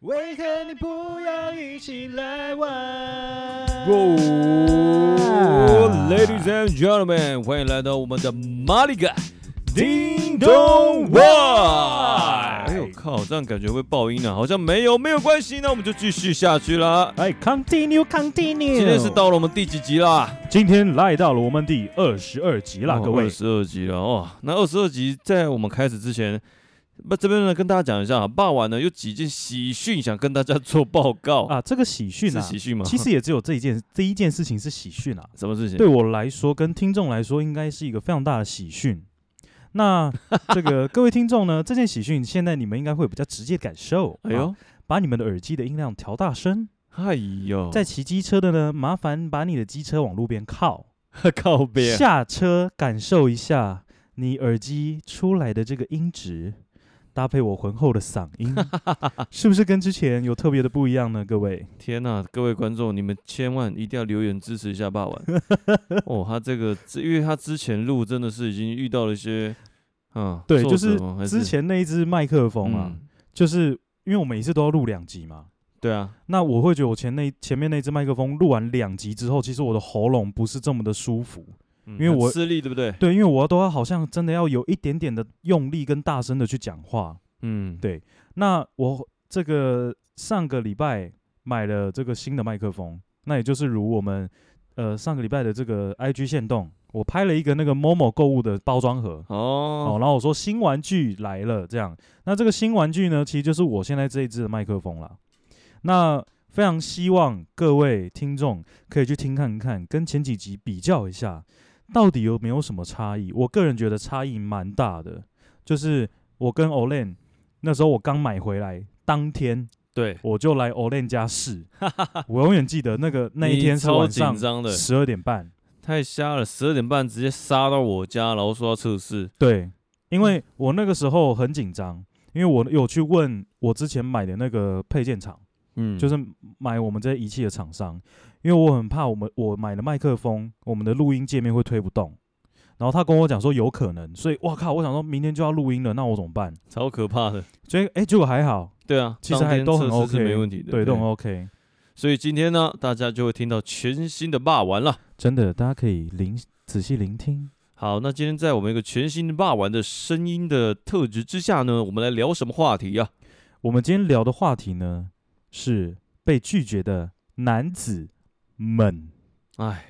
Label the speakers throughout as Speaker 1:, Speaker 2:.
Speaker 1: 为何你不要一起来玩？
Speaker 2: 哦 Ladies and gentlemen，欢迎来到我们的玛丽嘎叮咚哇！哎呦靠，这样感觉会爆音啊，好像没有，没有关系，那我们就继续下去啦。
Speaker 1: 哎，continue continue，
Speaker 2: 今天是到了我们第几集啦？哦
Speaker 1: 今天来到了我们第二十二集啦，各位
Speaker 2: 二。十二集了哦。那二十二集在我们开始之前，那这边呢跟大家讲一下啊，霸晚呢有几件喜讯想跟大家做报告，
Speaker 1: 啊，这个喜讯
Speaker 2: 是
Speaker 1: 啊，
Speaker 2: 喜讯吗？
Speaker 1: 其实也只有这一件，这一件事情是喜讯啊。
Speaker 2: 什么事情？
Speaker 1: 对我来说，跟听众来说，应该是一个非常大的喜讯。 那这个各位听众呢，这件喜讯现在你们应该会比较直接感受。
Speaker 2: 哎
Speaker 1: 啊，
Speaker 2: 呦，
Speaker 1: 把你们的耳机的音量调大声。
Speaker 2: 哎呦，
Speaker 1: 在骑机车的呢，麻烦把你的机车往路边靠，
Speaker 2: 靠边。
Speaker 1: 下车感受一下你耳机出来的这个音质，搭配我浑厚的嗓 音，是不是跟之前有特别的不一样呢？各位，
Speaker 2: 天呐、各位观众，你们千万一定要留言支持一下霸 王哦，他这个，这因为他之前录真的是已经遇到了一些，嗯，
Speaker 1: 对，
Speaker 2: 挫
Speaker 1: 就
Speaker 2: 折
Speaker 1: 是
Speaker 2: 吗还是
Speaker 1: 之前那一只麦克风啊，
Speaker 2: 嗯
Speaker 1: 就是因为我每一次都要录两集嘛。
Speaker 2: 对啊，
Speaker 1: 那我会觉得我前那前面那只麦克风录完两集之后，其实我的喉咙不是这么的舒服，
Speaker 2: 嗯
Speaker 1: 因为
Speaker 2: 很
Speaker 1: 我
Speaker 2: 吃力，对不对？
Speaker 1: 对，因为我都要好像真的要有一点点的用力跟大声的去讲话，
Speaker 2: 嗯，
Speaker 1: 对，那我这个上个礼拜买了这个新的麦克风，那也就是如我们呃上个礼拜的这个 IG 限动，我拍了一个那个 Momo 购物的包装盒。哦，
Speaker 2: 哦，
Speaker 1: 然后我说新玩具来了，这样。那这个新玩具呢，其实就是我现在这一支的麦克风啦。那非常希望各位听众可以去听看看，跟前几集比较一下，到底有没有什么差异？我个人觉得差异蛮大的，就是我跟 Olen 那时候我刚买回来当天，
Speaker 2: 对，
Speaker 1: 我就来 Olen 家试， 我永远记得那个那一天
Speaker 2: 你
Speaker 1: 是
Speaker 2: 超
Speaker 1: 晚
Speaker 2: 紧
Speaker 1: 上
Speaker 2: 张的，
Speaker 1: 十二点半，
Speaker 2: 太瞎了，十二点半直接杀到我家，然后说要测试，
Speaker 1: 对，因为我那个时候很紧张，因为我有去问我之前买的那个配件厂，
Speaker 2: 嗯，
Speaker 1: 就是买我们这些仪器的厂商，因为我很怕我们我买的麦克风，我们的录音界面会推不动。然后他跟我讲说有可能，所以我靠，我想说明天就要录音了，那我怎么办？
Speaker 2: 超可怕的，
Speaker 1: 所以哎，结果还好，
Speaker 2: 对啊，
Speaker 1: 其实
Speaker 2: 当
Speaker 1: 还
Speaker 2: 天
Speaker 1: 都很
Speaker 2: 测试是
Speaker 1: OK，
Speaker 2: 没问题的，
Speaker 1: 对，都很 OK。
Speaker 2: 所以今天呢，大家就会听到全新的霸王了。
Speaker 1: 真的，大家可以聆仔细聆听。
Speaker 2: 好，那今天在我们一个全新霸王的声音的特质之下呢，我们来聊什么话题呀、
Speaker 1: 我们今天聊的话题呢是被拒绝的男子们。
Speaker 2: 啊？哎，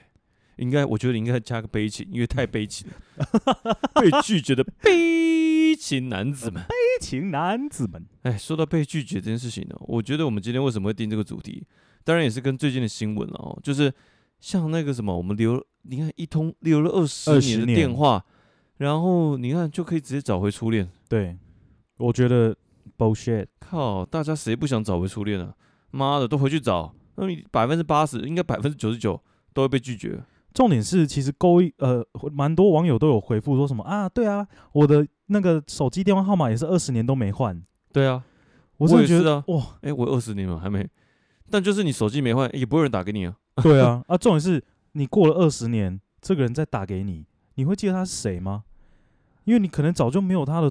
Speaker 2: 应该我觉得应该加个悲情，因为太悲 情了，被拒绝的悲情男子们。
Speaker 1: 激情男子们。
Speaker 2: 哎，说到被拒绝这件事情呢，我觉得我们今天为什么会定这个主题，当然也是跟最近的新闻了哦，就是像那个什么，我们留你看一通留了二十
Speaker 1: 20
Speaker 2: 年的
Speaker 1: 年
Speaker 2: 电话，然后你看就可以直接找回初恋。
Speaker 1: 对，我觉得 bullshit。
Speaker 2: 靠，大家谁不想找回初恋啊？妈的，都回去找，那你百分之八十，应该百分之九十九都会被拒绝。
Speaker 1: 重点是，其实勾一呃，蛮多网友都有回复说什么啊，对啊，我的那个手机电话号码也是二十年都没换。
Speaker 2: 对啊，
Speaker 1: 我
Speaker 2: 我
Speaker 1: 真的
Speaker 2: 也
Speaker 1: 觉
Speaker 2: 是
Speaker 1: 得、
Speaker 2: 啊
Speaker 1: 哇，
Speaker 2: 哎、我二十年了还没，但就是你手机没换，也不会有人打给你啊。
Speaker 1: 对啊，啊，重点是你过了二十年，这个人再打给你，你会记得他是谁吗？因为你可能早就没有他的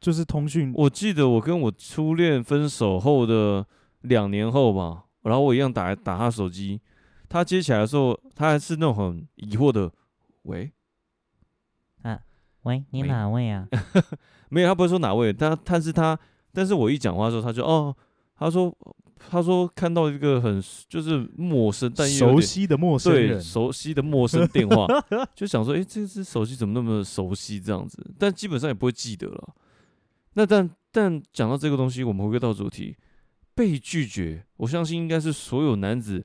Speaker 1: 就是通讯。
Speaker 2: 我记得我跟我初恋分手后的两年后吧，然后我一样打打他手机，他接起来的时候，他还是那种很疑惑的，喂，
Speaker 3: 喂，你
Speaker 2: 喂
Speaker 3: 哪位 啊？
Speaker 2: 没有，他不会说哪位，但但是他，但是我一讲话的时候，他就哦，他说他说看到一个很就是陌生但又有
Speaker 1: 熟
Speaker 2: 点
Speaker 1: 悉的陌生
Speaker 2: 对
Speaker 1: 人，
Speaker 2: 熟悉的陌生电 话，就想说，诶，这只手机怎么那么熟悉这样子？但基本上也不会记得了。那但但讲到这个东西，我们回归到主题，被拒绝，我相信应该是所有男子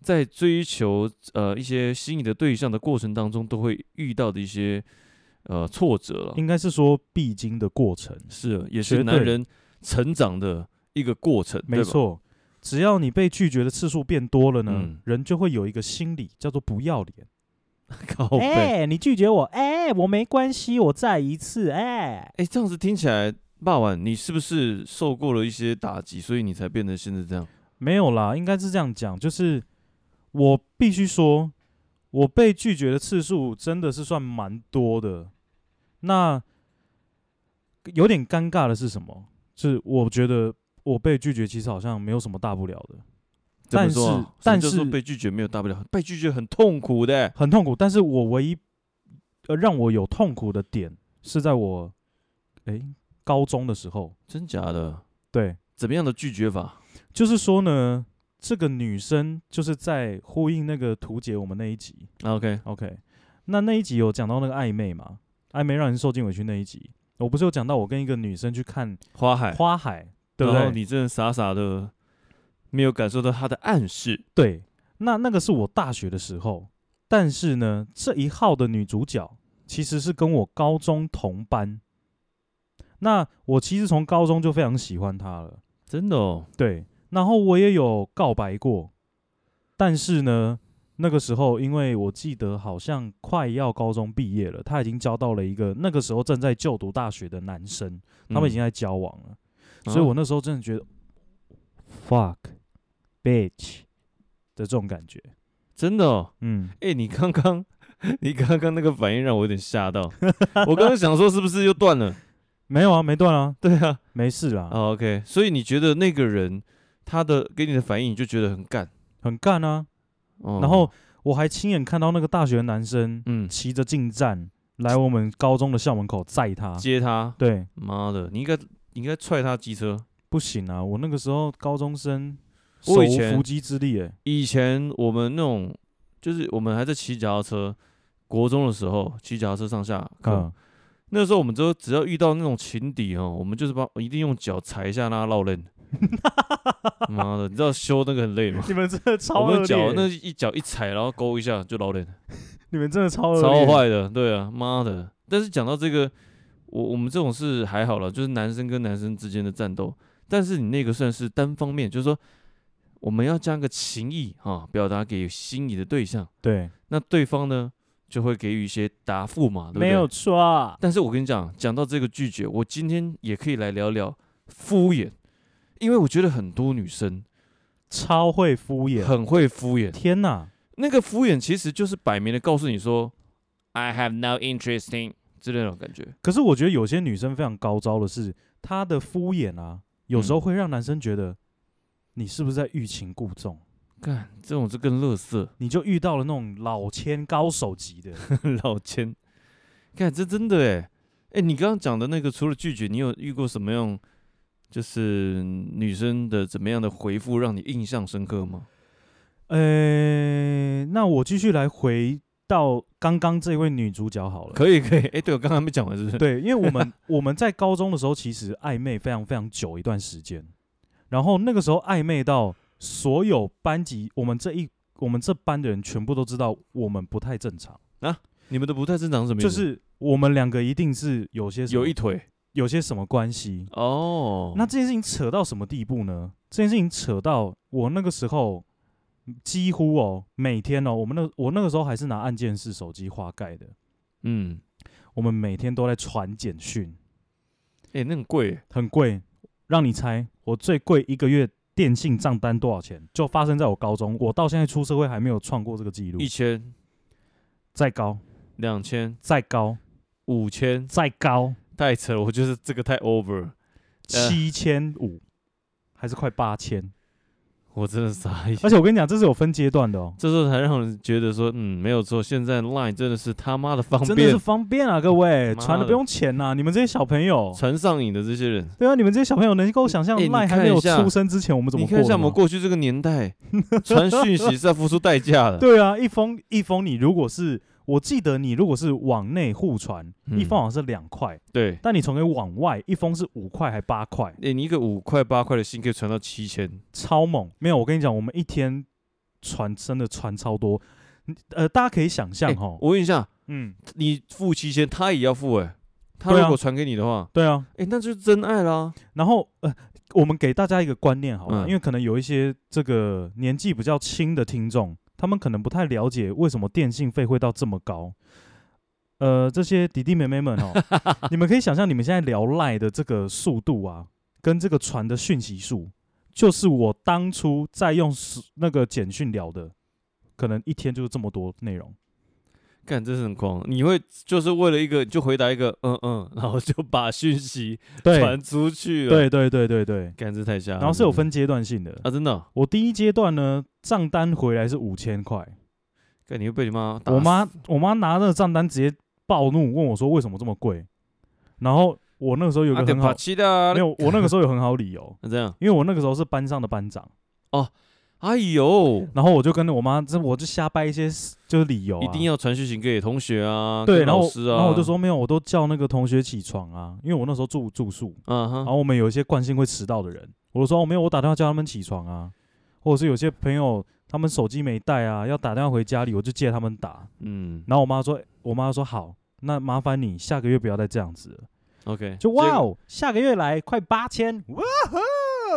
Speaker 2: 在追求呃一些心仪的对象的过程当中都会遇到的一些呃挫折了。
Speaker 1: 应该是说必经的过程。
Speaker 2: 是，也
Speaker 1: 绝
Speaker 2: 是男
Speaker 1: 对
Speaker 2: 人成长的一个过程，
Speaker 1: 没
Speaker 2: 对吧，
Speaker 1: 错，只要你被拒绝的次数变多了呢，
Speaker 2: 嗯
Speaker 1: 人就会有一个心理叫做不要脸。
Speaker 2: 靠
Speaker 1: 哎、
Speaker 2: 背。哎、
Speaker 1: 你拒绝我，哎、我没关系，我再一次，哎、
Speaker 2: 这样子听起来，霸晚你是不是受过了一些打击，所以你才变成现在这样？
Speaker 1: 没有啦，应该是这样讲，就是我必须说，我被拒绝的次数真的是算蛮多的。那有点尴尬的是什么？是我觉得我被拒绝，其实好像没有什么大不了的，
Speaker 2: 怎么
Speaker 1: 但
Speaker 2: 说啊
Speaker 1: 是
Speaker 2: 什么
Speaker 1: 但
Speaker 2: 叫做
Speaker 1: 是
Speaker 2: 被拒绝没有大不了，被拒绝很痛苦的、
Speaker 1: 很痛苦。但是我唯一呃让我有痛苦的点是在我诶、高中的时候，
Speaker 2: 真假的？
Speaker 1: 对，
Speaker 2: 怎么样的拒绝法？
Speaker 1: 就是说呢，这个女生就是在呼应那个图解我们那一集
Speaker 2: 啊 OK，
Speaker 1: ，OK，那那一集有讲到那个暧昧嘛，暧昧让人受尽委屈那一集，我不是有讲到我跟一个女生去看
Speaker 2: 花海，
Speaker 1: 花海，对不
Speaker 2: 然后
Speaker 1: 对？
Speaker 2: 你真的傻傻的，没有感受到他的暗示。
Speaker 1: 对，那那个是我大学的时候，但是呢，这一号的女主角其实是跟我高中同班。那我其实从高中就非常喜欢她了，
Speaker 2: 真的哦，
Speaker 1: 对，然后我也有告白过，但是呢，那个时候因为我记得好像快要高中毕业了，她已经交到了一个那个时候正在就读大学的男生，他们已经在交往了，
Speaker 2: 嗯，
Speaker 1: 所以
Speaker 2: 啊
Speaker 1: 我那时候真的觉得、fuck bitch 的这种感觉，
Speaker 2: 真的哦，
Speaker 1: 嗯。
Speaker 2: 哎、你刚刚你刚刚那个反应让我有点吓到，我刚刚想说是不是又断了？
Speaker 1: 没有啊，没断啊，
Speaker 2: 对啊，
Speaker 1: 没事啦，
Speaker 2: 啊 OK，所以你觉得那个人他的给你的反应，你就觉得很干，
Speaker 1: 很干啊。
Speaker 2: 哦
Speaker 1: 然后我还亲眼看到那个大学男生
Speaker 2: 嗯，
Speaker 1: 骑着进站来我们高中的校门口载 他，
Speaker 2: 接他，
Speaker 1: 对，
Speaker 2: 妈的，你应该你应该踹他机车。
Speaker 1: 不行啊，我那个时候高中生手
Speaker 2: 我以
Speaker 1: 无
Speaker 2: 前
Speaker 1: 缚鸡之力诶、
Speaker 2: 以前我们那种就是我们还在骑脚踏车，国中的时候骑脚踏车上下课，
Speaker 1: 嗯，
Speaker 2: 那时候我们就只要遇到那种情敌哦，我们就是把一定用脚踩一下让他绕 链。妈的，你知道修那个很累吗？
Speaker 1: 你们真的
Speaker 2: 我
Speaker 1: 超
Speaker 2: 们脚那一脚一踩，然后勾一下就绕链，
Speaker 1: 你们真的超
Speaker 2: 超坏的。对啊，妈的！但是讲到这个，我我们这种是还好了，就是男生跟男生之间的战斗。但是你那个算是单方面，就是说我们要将个情意啊表达给心仪的对象，
Speaker 1: 对，
Speaker 2: 那对方呢就会给予一些答复嘛，对不对？
Speaker 1: 没有错啊，
Speaker 2: 但是我跟你讲，讲到这个拒绝，我今天也可以来聊聊敷衍，因为我觉得很多女生
Speaker 1: 超会敷衍，
Speaker 2: 很会敷衍。
Speaker 1: 天哪，
Speaker 2: 那个敷衍其实就是摆明的告诉你说，I have no interest in 之类的那种感觉。
Speaker 1: 可是我觉得有些女生非常高招的是，她的敷衍啊，有时候会让男生觉得你是不是在欲擒故纵。
Speaker 2: 干，这种就更乐色，
Speaker 1: 你就遇到了那种老千高手级 的，
Speaker 2: 老千。看，这真的哎哎，你刚刚讲的那个，除了拒绝，你有遇过什么样？就是嗯女生的怎么样的回复让你印象深刻吗？
Speaker 1: 呃，那我继续来回到刚刚这位女主角好了。
Speaker 2: 可以可以，哎、对我刚刚还没讲完， 是不是？
Speaker 1: 对，因为我们我们在高中的时候其实暧昧非常非常久一段时间，然后那个时候暧昧到所有班级，我们这一我们这班的人全部都知道我们不太正常，
Speaker 2: 你们的不太正常是什么意思？
Speaker 1: 就是我们两个一定是有些什么
Speaker 2: 有一腿，
Speaker 1: 有些什么关系。
Speaker 2: 哦，
Speaker 1: 那这件事情扯到什么地步呢？这件事情扯到我那个时候几乎哦，每天哦，我们那我那个时候还是拿按键式手机滑盖的，
Speaker 2: 嗯，
Speaker 1: 我们每天都在传简讯，
Speaker 2: 哎、那很贵耶，
Speaker 1: 很贵。让你猜，我最贵一个月电信账单多少钱？就发生在我高中，我到现在出社会还没有创过这个记录
Speaker 2: 一。千、
Speaker 1: 再高，
Speaker 2: 两千、
Speaker 1: 再高，
Speaker 2: 五千，
Speaker 1: 再高，
Speaker 2: 太扯了，我觉得这个太 over，了呃
Speaker 1: 七千五，还是快八千。
Speaker 2: 我真的傻眼。
Speaker 1: 而且我跟你讲，这是有分阶段的哦，
Speaker 2: 这时候才让人觉得说，嗯，没有错，现在 Line 真的是他妈的方
Speaker 1: 真的
Speaker 2: 便
Speaker 1: 是，方便啊，各位
Speaker 2: 妈的
Speaker 1: 传的不用钱啊呐、你们这些小朋友，
Speaker 2: 传上瘾的这些人。
Speaker 1: 对啊，你们这些小朋友能够想象
Speaker 2: 欸你
Speaker 1: 赖还
Speaker 2: 看
Speaker 1: 没
Speaker 2: 一
Speaker 1: 有
Speaker 2: 下
Speaker 1: 出生之前，我们怎
Speaker 2: 你
Speaker 1: 么
Speaker 2: 看
Speaker 1: 过
Speaker 2: 一下
Speaker 1: 的
Speaker 2: 我们
Speaker 1: 吗？
Speaker 2: 过去这个年代， 传讯息是要付出代价的。
Speaker 1: 对啊，一封一封，你如果是我记得你如果是往内互传，
Speaker 2: 嗯
Speaker 1: 一封好像是两块，
Speaker 2: 对，
Speaker 1: 但你从给往外一封是五块还八块，
Speaker 2: 哎、你一个五块八块的信可以传到七千，
Speaker 1: 超猛！没有，我跟你讲，我们一天传真的传超多，嗯呃，大家可以想象
Speaker 2: 欸
Speaker 1: 哈，
Speaker 2: 我问一下，
Speaker 1: 嗯，
Speaker 2: 你付七千，他也要付哎、他
Speaker 1: 对啊
Speaker 2: 如果传给你的话，
Speaker 1: 对啊，
Speaker 2: 哎、那就是真爱啦。
Speaker 1: 然后呃，我们给大家一个观念好了，
Speaker 2: 嗯
Speaker 1: 因为可能有一些这个年纪比较轻的听众，他们可能不太了解为什么电信费会到这么高。呃，这些弟弟妹妹 们哦，你们可以想象你们现在聊赖的这个速度啊，跟这个传的讯息数，就是我当初在用手那个简讯聊的，可能一天就是这么多内容。
Speaker 2: 干，真是很狂！你会就是为了一个就回答一个嗯嗯， 然后就把讯息
Speaker 1: 对
Speaker 2: 传出去了。，
Speaker 1: 对对对对啊对，
Speaker 2: 干这太瞎了。
Speaker 1: 然后是有
Speaker 2: 真
Speaker 1: 分阶段性的
Speaker 2: 的。啊，真的哦、
Speaker 1: 我第一阶段呢，账单回来是五千块，
Speaker 2: 干你会被你妈打死。
Speaker 1: 我妈我妈拿那个账单直接暴怒，问我说为什么这么贵。然后我那个时候有一
Speaker 2: 啊
Speaker 1: 个
Speaker 2: 对
Speaker 1: 很好
Speaker 2: 爬，起的，
Speaker 1: 没有，我那个时候有很好理由，
Speaker 2: 那这样，
Speaker 1: 因为我那个时候是班上的班长，
Speaker 2: 哎呦，
Speaker 1: 然后我就跟我妈，这我就瞎掰一些就是理由、啊，
Speaker 2: 一定要传讯息给同学啊，
Speaker 1: 对，
Speaker 2: 跟
Speaker 1: 然后
Speaker 2: 老
Speaker 1: 我
Speaker 2: 师啊，
Speaker 1: 然后我就，说没有，我都叫那个同学起床啊，因为我那时候住住宿，
Speaker 2: 嗯
Speaker 1: 然
Speaker 2: 哼，
Speaker 1: 后我们有一些惯性会迟到的人，我就说哦没有，我打电话叫他们起床啊，或者是有些朋友他们手机没带啊，要打电话回家里，我就借他们打。
Speaker 2: 嗯
Speaker 1: 然后我妈说，我妈说好，那麻烦你下个月不要再这样子了。
Speaker 2: ，OK，
Speaker 1: 就哇
Speaker 2: 这
Speaker 1: 哦，下个月来快八千，哇哦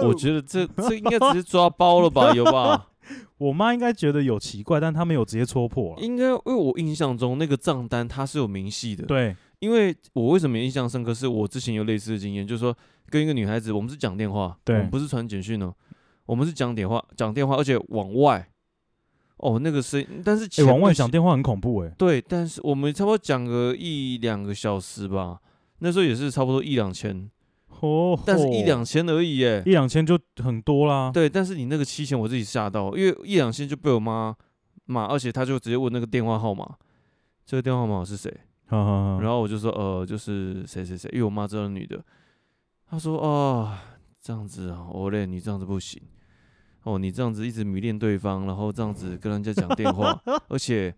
Speaker 2: 个，我觉得这这应该直接抓包了 吧，有吧？
Speaker 1: 我妈应该觉得有奇怪，但她没有直接戳破啊了。
Speaker 2: 应该，因为我印象中那个账单它是有明细的，
Speaker 1: 对
Speaker 2: 因为我为什么印象深刻，是我之前有类似的经验，就是说跟一个女孩子，我们是讲电话，
Speaker 1: 对
Speaker 2: 我们不是传简讯哦，我们是讲电话，讲电话，而且往外，哦，那个声音，但是哦
Speaker 1: 哎、
Speaker 2: 前
Speaker 1: 往外
Speaker 2: 面
Speaker 1: 讲电话很恐怖哎、
Speaker 2: 对，但是我们差不多讲个一两个小时吧，那时候也是差不多一两千，
Speaker 1: 哦，
Speaker 2: 但是一两千而已耶，
Speaker 1: 一两千就很多啦。
Speaker 2: 对，但是你那个七千我自己吓到，因为一两千就被我妈骂，而且她就直接问那个电话号码，这个电话号码是谁？
Speaker 1: 好好
Speaker 2: 然
Speaker 1: 好，
Speaker 2: 后我就说呃，就是谁谁谁，因为我妈知道是女的，她说哦，这样子啊，我嘞，你这样子不行，哦，你这样子一直迷恋对方，然后这样子跟人家讲电 话，而且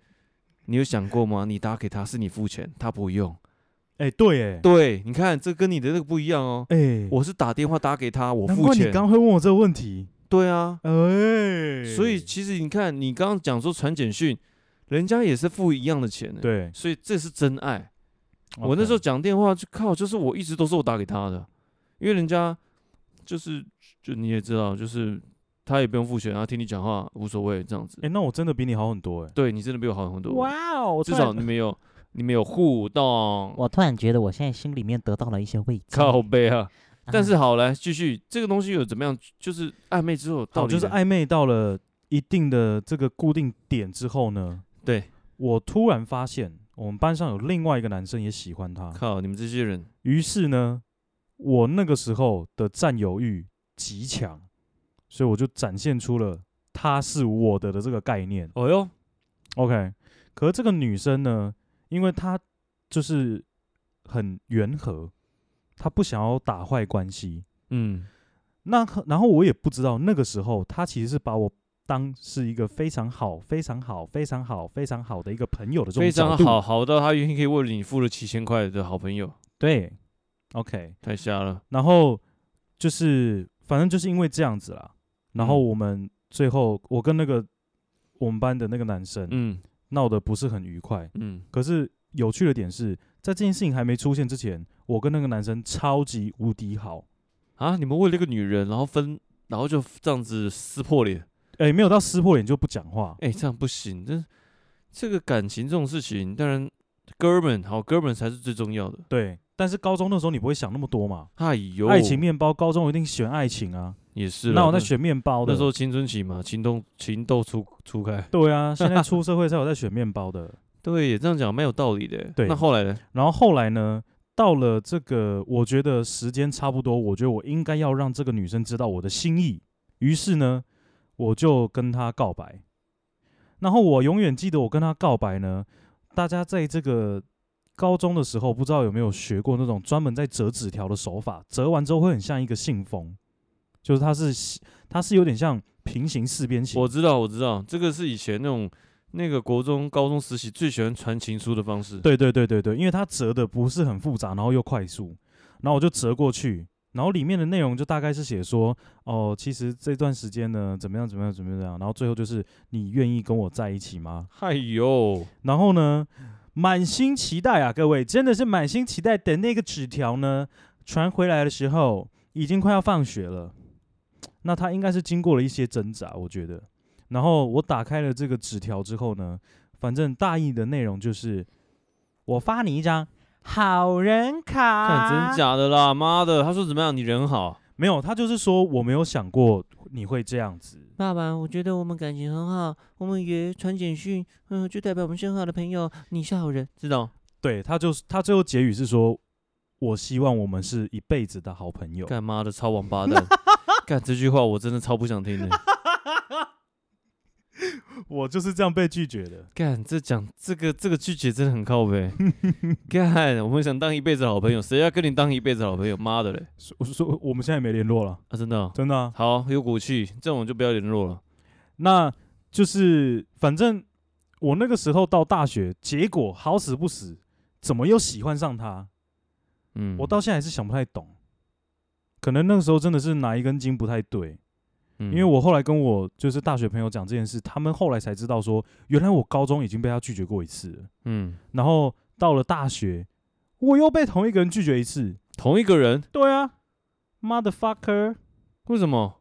Speaker 2: 你有想过吗？你打给他是你付钱，他不用。
Speaker 1: 哎、对哎、
Speaker 2: 对，你看这跟你的那个不一样哦。
Speaker 1: 哎、
Speaker 2: 我是打电话打给他，我
Speaker 1: 难
Speaker 2: 付
Speaker 1: 怪你
Speaker 2: 钱。
Speaker 1: 刚会问我这个问题，
Speaker 2: 对啊，
Speaker 1: 哎、
Speaker 2: 所以其实你看，你刚刚讲说传简讯，人家也是付一样的钱的。，
Speaker 1: 对，
Speaker 2: 所以这是真爱。我那时候
Speaker 1: OK
Speaker 2: 讲电话就靠，就是我一直都是我打给他的，因为人家就是就你也知道，就是他也不用付钱，然后听你讲话无所谓这样子
Speaker 1: 哎、。那我真的比你好很多哎、
Speaker 2: 对你真的比我好很多，
Speaker 1: 哦，我
Speaker 2: 至少你们有你们有互动，
Speaker 3: 我突然觉得我现在心里面得到了一些慰藉。
Speaker 2: 靠背啊。
Speaker 3: 啊
Speaker 2: 但是好来继续，这个东西有怎么样？就是暧昧之后到
Speaker 1: 好，
Speaker 2: 底
Speaker 1: 就是
Speaker 2: 的
Speaker 1: 暧昧到了一定的这个固定点之后呢，
Speaker 2: 对，
Speaker 1: 我突然发现我们班上有另外一个男生也喜欢她，
Speaker 2: 靠你们这些人
Speaker 1: 于是呢，我那个时候的占有欲极强，所以我就展现出了他是我的的这个概念。
Speaker 2: 哦哟，
Speaker 1: OK，可是这个女生呢，因为她就是很圆和，她不想要打坏关系。
Speaker 2: 嗯，
Speaker 1: 那然后我也不知道那个时候，她其实是把我当是一个非常好、非常好、非常好、非常好的一个朋友的这种
Speaker 2: 非常
Speaker 1: 角度
Speaker 2: 好，。好到他愿意可以为了你付了七千块的好朋友，
Speaker 1: 对，OK，
Speaker 2: 太瞎了。
Speaker 1: 然后就是反正就是因为这样子啦，然后
Speaker 2: 嗯
Speaker 1: 我们最后我跟那个我们班的那个男生
Speaker 2: 嗯
Speaker 1: 闹得不是很愉快，
Speaker 2: 嗯，
Speaker 1: 可是有趣的点是在这件事情还没出现之前，我跟那个男生超级无敌好，
Speaker 2: 啊，你们为了一个女人，然后分，然后就这样子撕破脸，
Speaker 1: 哎，没有到撕破脸就不讲话，
Speaker 2: 哎、这样不行。这这个感情这种事情，当然哥们好，哥们才是最重要的。
Speaker 1: 对。但是高中那时候你不会想那么多嘛，
Speaker 2: 哎呦，
Speaker 1: 爱情面包，高中一定选爱情啊，
Speaker 2: 也是啦。
Speaker 1: 那我在
Speaker 2: 那
Speaker 1: 选面包的
Speaker 2: 那时候青春期嘛，情动情窦初初开。
Speaker 1: 对啊，现在出社会才有在选面包的。
Speaker 2: 对，这样讲蛮有道理的。
Speaker 1: 对
Speaker 2: 那后来呢？
Speaker 1: 然后后来呢，到了这个，我觉得时间差不多，我觉得我应该要让这个女生知道我的心意。于是呢，我就跟她告白。然后我永远记得我跟她告白呢，大家在这个高中的时候，不知道有没有学过那种专门在折纸条的手法，折完之后会很像一个信封，就是它是它是有点像平行四边形。
Speaker 2: 我知道，我知道，这个是以前那种那个国中、高中时期最喜欢传情书的方式。
Speaker 1: 对对对对对，因为它折的不是很复杂，然后又快速，然后我就折过去，然后里面的内容就大概是写说，哦，其实这段时间呢，怎么样怎么样怎么样，然后最后就是你愿意跟我在一起吗？
Speaker 2: 哎呦，
Speaker 1: 然后呢，满心期待啊，各位真的是满心期待，等那个纸条呢传回来的时候，已经快要放学了，那他应该是经过了一些挣扎，我觉得。然后我打开了这个纸条之后呢，反正大意的内容就是，我发你一张好人
Speaker 2: 看真
Speaker 1: 卡，
Speaker 2: 假的啦，妈的！他说怎么样？你人好，
Speaker 1: 没有，他就是说我没有想过你会这样子。
Speaker 3: 爸爸，我觉得我们感情很好，我们也传简讯，嗯、就代表我们是很好的朋友。你是好人，知道？
Speaker 1: 对他就是他最后结语是说，我希望我们是一辈子的好朋友。
Speaker 2: 干妈的超王八 蛋！干这句话我真的超不想听的。
Speaker 1: 我就是这样被拒绝的。
Speaker 2: 干这讲这个这个拒绝真的很靠 背。干我们想当一辈子好朋友，谁要跟你当一辈子好朋友？妈的嘞！
Speaker 1: 所我说我们现在也没联络了，
Speaker 2: 啊，真的哦、
Speaker 1: 真的、啊。
Speaker 2: 好有骨气，这种就不要联络了。
Speaker 1: 那就是反正我那个时候到大学，结果好死不死，怎么又喜欢上他？
Speaker 2: 嗯，
Speaker 1: 我到现在还是想不太懂。可能那个时候真的是哪一根筋不太对，
Speaker 2: 嗯，
Speaker 1: 因为我后来跟我就是大学朋友讲这件事，他们后来才知道说，原来我高中已经被他拒绝过一次了，
Speaker 2: 嗯
Speaker 1: 然后到了大学，我又被同一个人拒绝一次。
Speaker 2: 同一个人，
Speaker 1: 对啊，motherfucker，
Speaker 2: 为什么？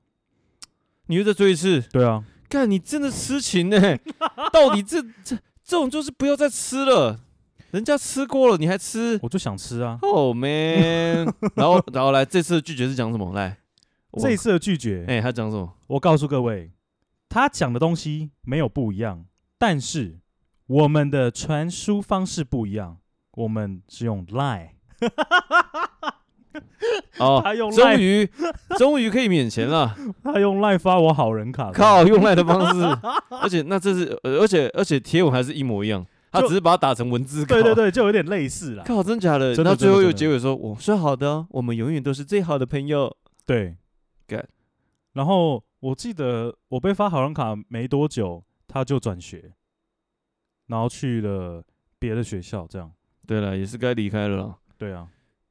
Speaker 2: 你又再追一次？
Speaker 1: 对啊，
Speaker 2: 干，你真的痴情呢、 到底这这这种就是不要再吃了，人家吃过了你还吃
Speaker 1: 我就想吃啊。
Speaker 2: ，Oh man！然后然后来这次的拒绝是讲什么？来，我
Speaker 1: 这一次的拒绝，
Speaker 2: 哎、他讲什么？
Speaker 1: 我告诉各位，他讲的东西没有不一样，但是我们的传输方式不一样，我们是用 Line。
Speaker 2: 哦，
Speaker 1: 他用
Speaker 2: 终
Speaker 1: Line，
Speaker 2: 于终于可以免钱了，
Speaker 1: 他用 Line 发我好人卡。
Speaker 2: 靠，用赖的方式， 而且那这是呃而且而且贴文还是一模一样，他
Speaker 1: 就
Speaker 2: 只是把它打成文字稿，
Speaker 1: 对对对，就有点类似啦。
Speaker 2: 靠，真假的？
Speaker 1: 真的
Speaker 2: 到
Speaker 1: 真
Speaker 2: 最
Speaker 1: 的
Speaker 2: 后
Speaker 1: 真
Speaker 2: 又
Speaker 1: 的
Speaker 2: 结尾说，我说好的哦，我们永远都是最好的朋友。
Speaker 1: 对
Speaker 2: 干，
Speaker 1: 然后我记得我被发好人卡没多久，他就转学，然后去了别的学校，这样。
Speaker 2: 对了，也是该离开了啦。
Speaker 1: 对啊，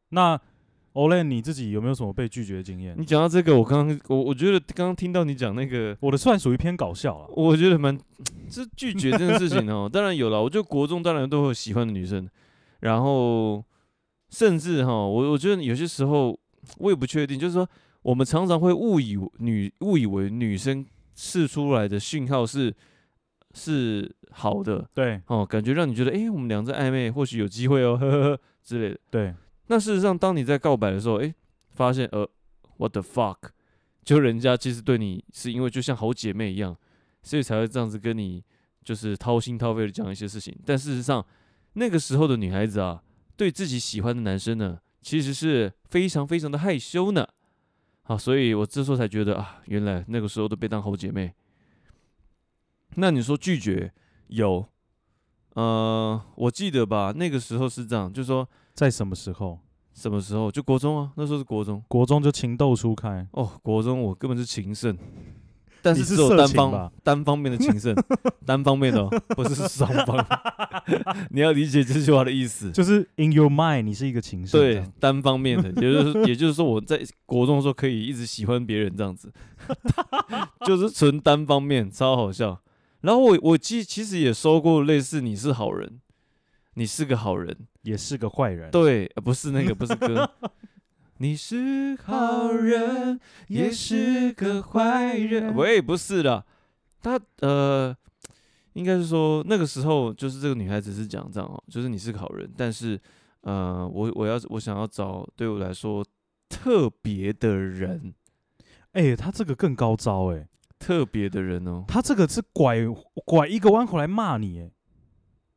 Speaker 1: 那 Olen 你自己有没有什么被拒绝的经验
Speaker 2: 你？讲到这个，我刚刚我我觉得刚刚听到你讲那个，
Speaker 1: 我的算属于偏搞笑啊。
Speaker 2: 我觉得蛮这拒绝这件事情哦， 当然有了。我觉得国中当然都会有喜欢的女生，然后甚至哈，我我觉得有些时候我也不确定，就是说我们常常会误以为女误以为女生试出来的讯号是是好的
Speaker 1: 对
Speaker 2: 哦，感觉让你觉得诶，我们俩在暧昧，或许有机会哦，呵呵呵之类的。
Speaker 1: 对，
Speaker 2: 那事实上，当你在告白的时候，诶，发现呃，what the fuck，就人家其实对你是因为就像好姐妹一样，所以才会这样子跟你就是掏心掏肺的讲一些事情。但事实上，那个时候的女孩子啊，对自己喜欢的男生呢，其实是非常非常的害羞呢。啊，所以我这时候才觉得啊，原来那个时候都被当好姐妹。那你说拒绝有？呃，我记得吧，那个时候是这样，就是说
Speaker 1: 在什么时候？
Speaker 2: 什么时候？就国中啊，那时候是国中
Speaker 1: 国中就情窦初开，
Speaker 2: 哦，国中我根本是情圣， 但
Speaker 1: 你
Speaker 2: 是
Speaker 1: 是
Speaker 2: 只有
Speaker 1: 色
Speaker 2: 单
Speaker 1: 情吧
Speaker 2: 方单方面的情 圣，单方面的、哦，不是双方。 你要理解这句话的意思，
Speaker 1: 就是 in your mind，你是一个情圣。这
Speaker 2: 对
Speaker 1: 样，
Speaker 2: 单方面的，也就是也就是说我在国中的时候可以一直喜欢别人这样子， 就是纯单方面，超好笑。然后我我其其实也收过类似你是好人，你是个好人，
Speaker 1: 也是个坏人。
Speaker 2: 对，呃不是那个，不是 歌。你是好人，也是个坏人。喂，不是的，他呃，应该是说那个时候，就是这个女孩子是讲这样哦，就是你是个好人，但是呃，我我要我想要找对我来说特别的人，
Speaker 1: 哎、他这个更高招哎、
Speaker 2: 特别的人哦，
Speaker 1: 他这个是拐拐一个弯回来骂你哎、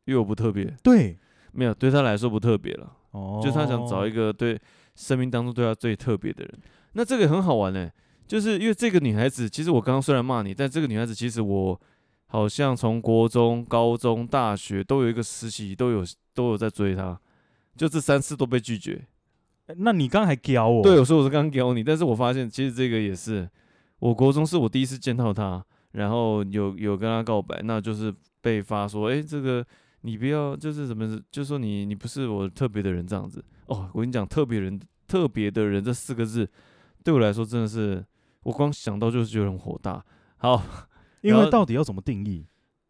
Speaker 2: 因为我不特别，
Speaker 1: 对，
Speaker 2: 没有对她来说不特别了。
Speaker 1: 哦
Speaker 2: 就是他想找一
Speaker 1: 个，
Speaker 2: 个对生命当中对他最特别的人。那这个很好玩呢、欸就是因为这个女孩子，其实我刚刚虽然骂你，但这个女孩子其实我好像从国中、高中、大学都有一个实习，都有都有在追她，就这三次都被拒绝。
Speaker 1: 那你刚才还教我，
Speaker 2: 对，所以我是刚刚教你，但是我发现其实这个也是，我国中是我第一次见到他，然后有有跟他告白，那就是被发说，哎、这个你不要就是怎么，就说你你不是我特别的人这样子。哦，我跟你讲，特别人特别的人这四个字，对我来说真的是，我光想到就是觉得很火大。好，
Speaker 1: 因
Speaker 2: 然
Speaker 1: 为
Speaker 2: 后
Speaker 1: 到底要怎么定义？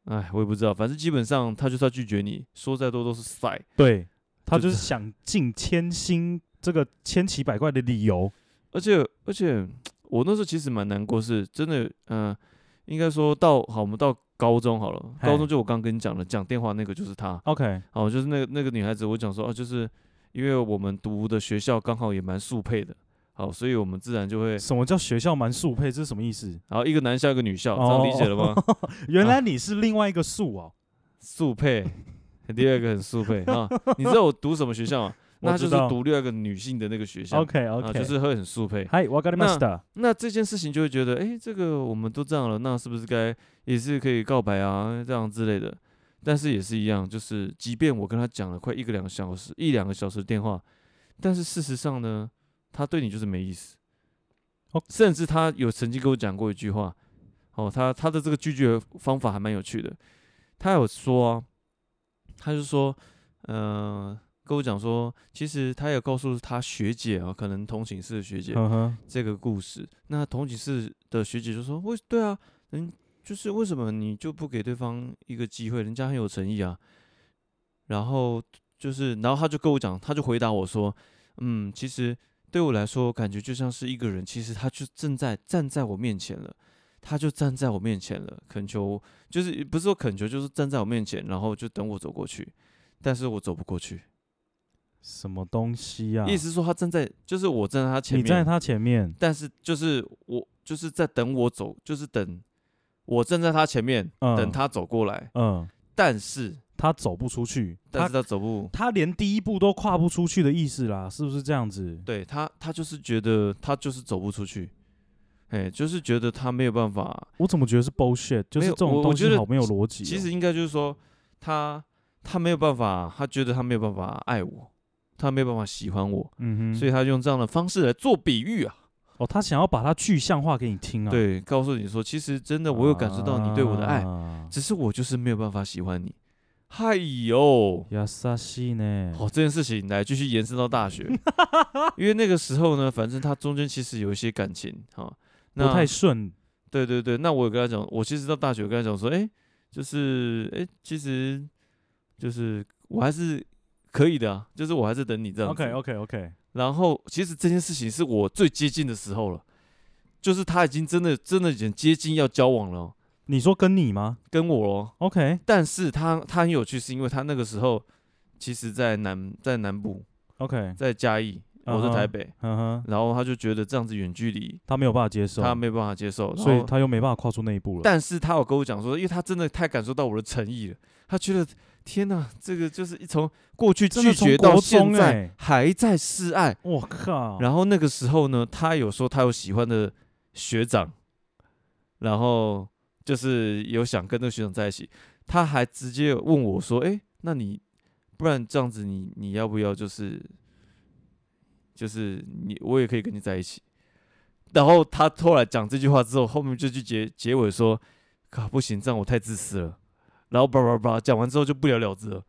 Speaker 2: 哎，我也不知道，反正基本上他就是要拒绝你，说再多都是塞。
Speaker 1: 对他
Speaker 2: 就
Speaker 1: 就是
Speaker 2: 是
Speaker 1: 想尽千辛这个千奇百怪的理由，
Speaker 2: 而且而且我那时候其实蛮难过，是真的，嗯、应该说到好，我们到高中好了，
Speaker 1: 嗨
Speaker 2: 高中就我刚跟你讲的，讲电话那个就是她，
Speaker 1: OK，
Speaker 2: 哦，就是那个那个女孩子，我讲说哦，就是因为我们读的学校刚好也蛮速配的，好，所以我们自然就会，
Speaker 1: 什么叫学校蛮速配？这是什么意思？
Speaker 2: 然后一个男校一个女校，这样理解了吗？
Speaker 1: 哦原
Speaker 2: 啊
Speaker 1: 来你是另外一个速哦。
Speaker 2: 速配，第二个很速配啊。你知道我读什么学校吗？
Speaker 1: 我
Speaker 2: 那
Speaker 1: 知
Speaker 2: 就是
Speaker 1: 道
Speaker 2: 读另外一个女性的那个学校
Speaker 1: OK
Speaker 2: 啊，
Speaker 1: OK，
Speaker 2: 就是会很速配。
Speaker 1: 嗨，我 got m a s t e
Speaker 2: 那这件事情就会觉得，哎、这个我们都这样了，那是不是该也是可以告白啊，这样之类的？但是也是一样，就是即便我跟他讲了快一个两个小时，一两个小时的电话，但是事实上呢，他对你就是没意思。
Speaker 1: 哦
Speaker 2: 甚至他有曾经跟我讲过一句话，哦，他他的这个拒绝方法还蛮有趣的。他有说、啊，他就说，嗯、跟我讲说，其实他也告诉他学姐啊，可能同寝室的学姐，
Speaker 1: 嗯哼，
Speaker 2: 这个故事。那同寝室的学姐就说：“为对啊，嗯，就是为什么你就不给对方一个机会？人家很有诚意啊。”然后就是，然后他就跟我讲，他就回答我说：“嗯，其实对我来说，感觉就像是一个人，其实他就正在站在我面前了。”他就站在我面前了，恳求就是不是说恳求，就是站在我面前，然后就等我走过去，但是我走不过去，
Speaker 1: 什么东西啊？
Speaker 2: 意思说他站在，就是我站在他前
Speaker 1: 你
Speaker 2: 面，
Speaker 1: 站在他前面，
Speaker 2: 但是就是我就是在等我走，就是等我站在他前面，
Speaker 1: 嗯
Speaker 2: 等他走过来。
Speaker 1: 嗯，
Speaker 2: 但是
Speaker 1: 他走不出去，
Speaker 2: 但
Speaker 1: 他
Speaker 2: 是他走不，
Speaker 1: 他连第一步都跨不出去的意思啦，是不是这样子？
Speaker 2: 对他他就是觉得他就是走不出去，哎、就是觉得他没有办法。
Speaker 1: 我怎么觉得是 bullshit？就
Speaker 2: 没
Speaker 1: 是
Speaker 2: 有
Speaker 1: 这种
Speaker 2: 我
Speaker 1: 东
Speaker 2: 我觉
Speaker 1: 西
Speaker 2: 得
Speaker 1: 好没有逻辑哦。
Speaker 2: 其实应该就是说他他没有办法，他觉得他没有办法爱我，他没有办法喜欢我，
Speaker 1: 嗯哼，
Speaker 2: 所以他用这样的方式来做比喻啊，
Speaker 1: 哦，他想要把它具象化给你听啊。，
Speaker 2: 对，告诉你说，其实真的我有感受到你对我的爱，
Speaker 1: 啊。
Speaker 2: 只是我就是没有办法喜欢你。嗨哟，
Speaker 1: 亚萨西呢？
Speaker 2: 哦，这件事情来继续延伸到大 学，因为那个时候呢，反正他中间其实有一些感情哈、
Speaker 1: 不
Speaker 2: 那
Speaker 1: 太顺。
Speaker 2: 对对对，那我有跟他讲，我其实到大学有跟他讲说，哎，就是哎，其实就是我还是可以的啊，就是我还是等你这样子
Speaker 1: OK OK OK，
Speaker 2: 然后其实这件事情是我最接近的时候了，就是他已经真的真的已经接近要交往了哦，
Speaker 1: 你说跟你吗
Speaker 2: 跟我咯。
Speaker 1: ？OK，
Speaker 2: 但是他他很有趣，是因为他那个时候其实在南在南部，
Speaker 1: OK，
Speaker 2: 在嘉义，我
Speaker 1: 嗯
Speaker 2: 在
Speaker 1: 哼
Speaker 2: 台北。
Speaker 1: 嗯哼，
Speaker 2: 然后他就觉得这样子远距离
Speaker 1: 他没有办法接受，
Speaker 2: 他没有办法接受，
Speaker 1: 啊所
Speaker 2: 然
Speaker 1: 以
Speaker 2: 后
Speaker 1: 他又没办法跨出那一步了。
Speaker 2: 但是他有跟我讲说，因为他真的太感受到我的诚意了，他觉得天哪，这个就是一从过去
Speaker 1: 真的
Speaker 2: 拒
Speaker 1: 从
Speaker 2: 绝到
Speaker 1: 国
Speaker 2: 现
Speaker 1: 中
Speaker 2: 在
Speaker 1: 欸
Speaker 2: 还在示爱，
Speaker 1: 我靠！
Speaker 2: 然后那个时候呢，他有说他有喜欢的学长，然后就是有想跟那个学长在一起，他还直接问我说：“哎，那你不然这样子你，你要不要就是就是你我也可以跟你在一起？”然后他后来讲这句话之后，后面就去结结尾说：“靠，不行，这样我太自私了。”然后叭叭叭讲完之后就不了了之了，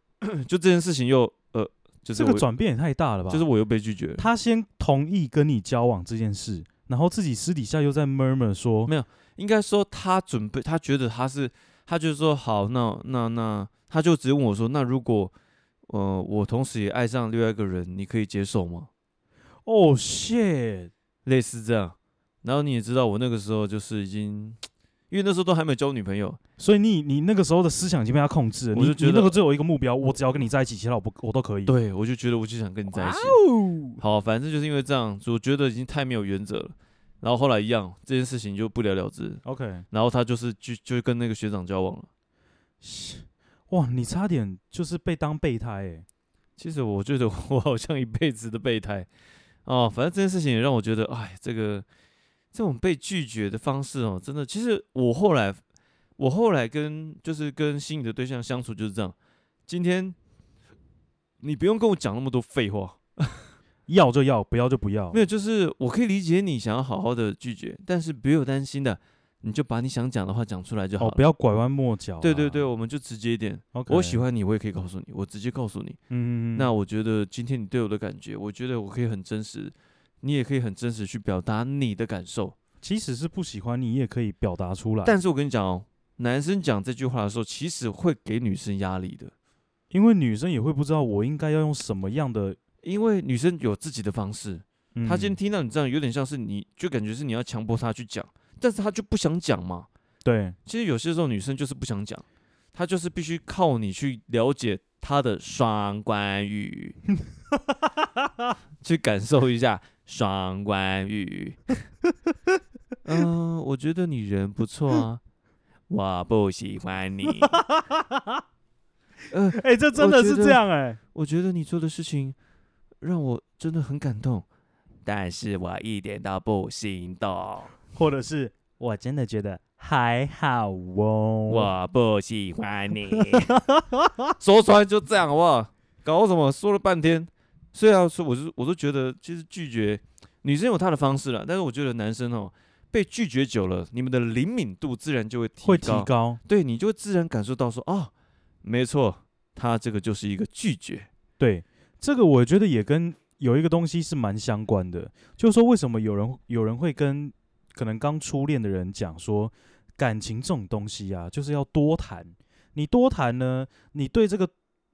Speaker 2: 就这件事情又呃，就是
Speaker 1: 这个
Speaker 2: 我
Speaker 1: 转变也太大了吧？
Speaker 2: 就是我又被拒绝了。
Speaker 1: 他先同意跟你交往这件事，然后自己私底下又在 murmur 说
Speaker 2: 没，应该说他准备，他觉得他是，他就说好，那那那，他就直接问我说，那如果呃我同时也爱上另外一个人，你可以接受吗？
Speaker 1: 哦 shit，
Speaker 2: 类似这样。然后你也知道，我那个时候就是已经，因为那时候都还没有交女朋友，
Speaker 1: 所以你你那个时候的思想已经被他控制了，
Speaker 2: 我
Speaker 1: 你
Speaker 2: 就觉
Speaker 1: 你那
Speaker 2: 得
Speaker 1: 个只有一个目标，我只要跟你在一起，其他我不我都可以。
Speaker 2: 对我就觉得我就想跟你在一起。
Speaker 1: 哦，
Speaker 2: 好，反正就是因为这样，我觉得已经太没有原则了。然后后来一样，这件事情就不了了之。
Speaker 1: OK，
Speaker 2: 然后他就是就就跟那个学长交往了。
Speaker 1: 哇，你差点就是被当备胎哎、
Speaker 2: 其实我觉 得我好像一辈子的备胎哦，反正这件事情也让我觉得，哎，这个这种被拒绝的方式哦，真的，其实我后来我后来跟就是跟心仪的对象相处就是这样。今天你不用跟我讲那么多废话，
Speaker 1: 要就要，不要就不要
Speaker 2: 没。有，就是我可以理解你想要好好的拒绝，但是不用担心的，你就把你想讲的话讲出来就好
Speaker 1: 哦，
Speaker 2: 了。
Speaker 1: 不要拐弯抹角啊、
Speaker 2: 对对对，我们就直接一点。
Speaker 1: ，OK，
Speaker 2: 我喜，欢你，我也可以告诉你，我直接告诉你。
Speaker 1: 嗯，
Speaker 2: 那我觉得今天你对我的感觉，我觉得我可以很真实，你也可以很真实去表达你的感受。
Speaker 1: 即使是不喜欢你，也可以表达出来。
Speaker 2: 但是我跟你讲哦，男生讲这句话的时候，其实会给女生压力的，
Speaker 1: 因为女生也会不知道我应该要用什么样的，
Speaker 2: 因为女生有自己的方式。
Speaker 1: 嗯
Speaker 2: 她今天听到你这样，有点像是你就感觉是你要强迫她去讲，但是她就不想讲嘛。
Speaker 1: 对
Speaker 2: 其实有些时候女生就是不想讲，他就是必须靠你去了解他的双关语， 去感受一下双关语。嗯、我觉得你人不错啊，我不喜欢你。 呃，
Speaker 1: 哎、这真的是这样哎、
Speaker 2: 我觉得你做的事情让我真的很感动，但是我一点都不心动，
Speaker 1: 或者是我真的觉得还好哦。
Speaker 2: 我不喜欢你。说出来就这样好不好？搞什么？说了半天，虽然说我是我都觉得，其实拒绝女生有她的方式了，但是我觉得男生哦，被拒绝久了，你们的灵敏度自然就会提
Speaker 1: 会提高，
Speaker 2: 对你就会自然感受到说，哦，没错，他这个就是一个拒绝。
Speaker 1: 对这个我觉得也跟有一个东西是蛮相关的，就是说为什么有人有人会跟可能刚初恋的人讲说，感情这种东西啊，就是要多谈，你多谈呢，你对这个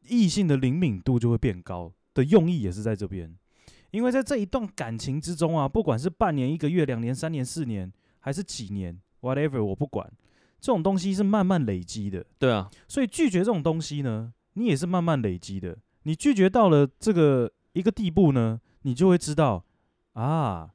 Speaker 1: 异性的灵敏度就会变高的用意也是在这边，因为在这一段感情之中啊，不管是半年、一个月、两年、三年、四年，还是几年，whatever，我不管，这种东西是慢慢累积的。
Speaker 2: 对啊，
Speaker 1: 所以拒绝这种东西呢，你也是慢慢累积的。你拒绝到了这个一个地步呢，你就会知道啊，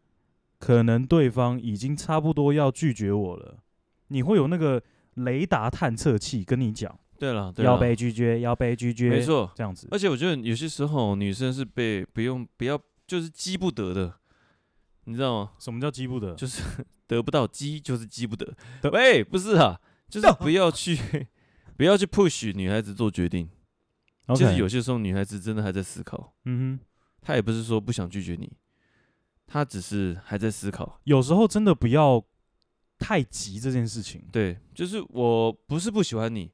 Speaker 1: 可能对方已经差不多要拒绝我了。你会有那个雷达探测器跟你讲，
Speaker 2: 对了，对
Speaker 1: 要
Speaker 2: 了，
Speaker 1: 被拒绝，要被拒绝，
Speaker 2: 没，错。
Speaker 1: 这样子
Speaker 2: 而。且我觉得有些时候女生是被不用不要就是激不得的，你知道吗？
Speaker 1: 什么叫激不得？
Speaker 2: 就是 得不到激就是激不得。
Speaker 1: 得
Speaker 2: 喂，不是啊，就是不要去不要去 push 女孩子做决定。其实
Speaker 1: OK
Speaker 2: 有，些时候女孩子真的还在思考，
Speaker 1: 嗯哼，
Speaker 2: 她也不是说不想拒绝你，她只是还在思考。
Speaker 1: 有时候真的不要太急这件事情。
Speaker 2: 对，就是我不是不喜欢你，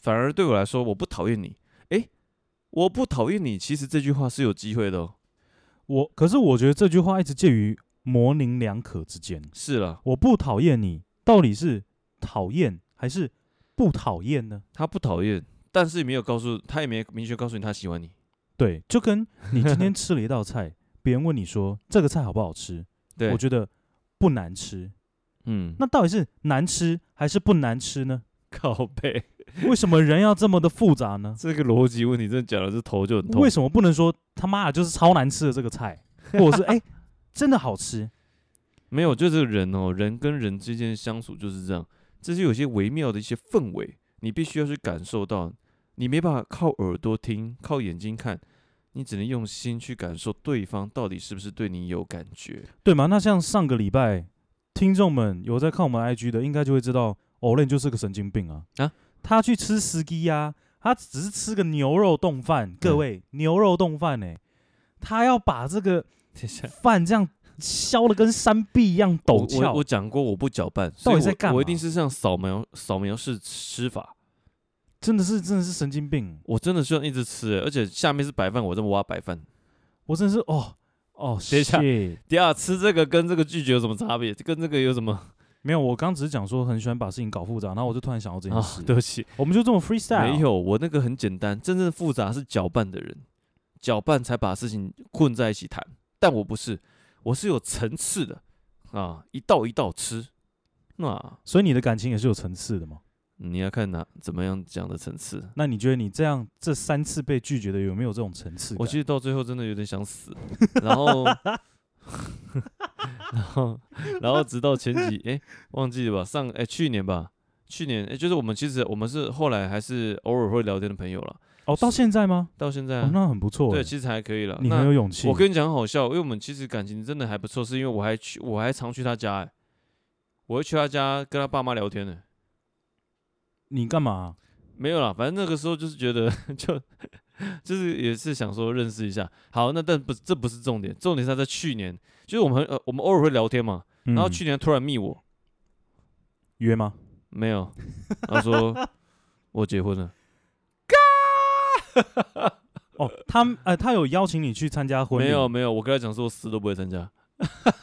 Speaker 2: 反而对我来说我不讨厌你。诶，我不讨厌你，其实这句话是有机会的哦。
Speaker 1: 我可是我觉得这句话一直介于模棱两可之间。
Speaker 2: 是了，
Speaker 1: 我不讨厌你，到底是讨厌还是不讨厌呢？
Speaker 2: 他不讨厌，但是没有告诉他也没明确告诉你他喜欢你。
Speaker 1: 对，就跟你今天吃了一道菜，别人问你说这个菜好不好吃，
Speaker 2: 对，
Speaker 1: 我觉得不难吃，
Speaker 2: 嗯，
Speaker 1: 那到底是难吃还是不难吃呢？
Speaker 2: 靠背
Speaker 1: 为什么人要这么的复 杂呢？
Speaker 2: 这个逻辑问题，真的讲的这头就很痛
Speaker 1: 为。什么不能说他妈的就是超难吃的这个菜，或者是哎、真的好吃？
Speaker 2: 没有，就是人哦，人跟人之间的相处就是这样，这是有些微妙的一些氛围，你必须要去感受到，你没办法靠耳朵听，靠眼睛看，你只能用心去感受对方到底是不是对你有感 觉。
Speaker 1: 对吗？那像上个礼拜，听众们有在看我们 IG 的，应该就会知道 Olen 就是个神经病啊！
Speaker 2: 啊，
Speaker 1: 他去吃司机呀，他只是吃个牛肉冻饭，
Speaker 2: 嗯
Speaker 1: 各位、牛肉冻饭呢，他要把 这个
Speaker 2: 等一下，
Speaker 1: 饭这样削的跟山壁一样陡
Speaker 2: 我我
Speaker 1: 峭
Speaker 2: 我。讲过我不搅拌，所以
Speaker 1: 到底在
Speaker 2: 我
Speaker 1: 干
Speaker 2: 我一
Speaker 1: 嘛
Speaker 2: 定是这样扫描扫描式吃法。
Speaker 1: 真的是真的是神经病，
Speaker 2: 我真的是一直吃、而且下面是白饭，我这么挖白饭。
Speaker 1: 我真的是哦 哦，
Speaker 2: 等一下
Speaker 1: shit
Speaker 2: 第二，吃这个跟这个拒绝有什么差别？跟这个有什么？
Speaker 1: 没有，我刚只是讲说很喜欢把事情搞复杂，然后我就突然想到这件
Speaker 2: 啊
Speaker 1: 事，，
Speaker 2: 对不起，
Speaker 1: 我们就这么 freestyle，
Speaker 2: 没有，我那个很简单，真正复杂是搅拌的人，搅拌才把事情混在一起谈。但我不是，我是有层次的啊，一道一道吃。那
Speaker 1: 所以你的感情也是有层次的嘛？
Speaker 2: 你要看哪怎么样讲的层次？
Speaker 1: 那你觉得你这样这三次被拒绝的有没有这种层次感？
Speaker 2: 我其实到最后真的有点想死，然 后，然后，然后直到前几哎、忘记了吧？上哎、去年吧，去年哎、就是我们其实我们是后来还是偶尔会聊天的朋友了，
Speaker 1: 哦，到现在吗？
Speaker 2: 到现在啊、
Speaker 1: 哦，那很不错欸。
Speaker 2: 对，其实还可以了。
Speaker 1: 你
Speaker 2: 那
Speaker 1: 很有勇气。
Speaker 2: 我跟你讲很好笑，因为我们其实感情真的还不错，是因为我还去，我还常去他家、欸，我会去他家跟他爸妈聊天呢、
Speaker 1: 你干嘛？啊
Speaker 2: 没有啦，反正那个时候就是觉得 就就是也是想说认识一下。好，那但不这不是重点，重点是他在去年，就是我们很呃我们偶尔会聊天嘛，然后
Speaker 1: 嗯
Speaker 2: 去年突然密我，
Speaker 1: 约吗？
Speaker 2: 没有，他说 我结婚了，
Speaker 1: 哦，他呃，他有邀请你去参加婚 礼？
Speaker 2: 没有没有，我跟他讲说我死都不会参加，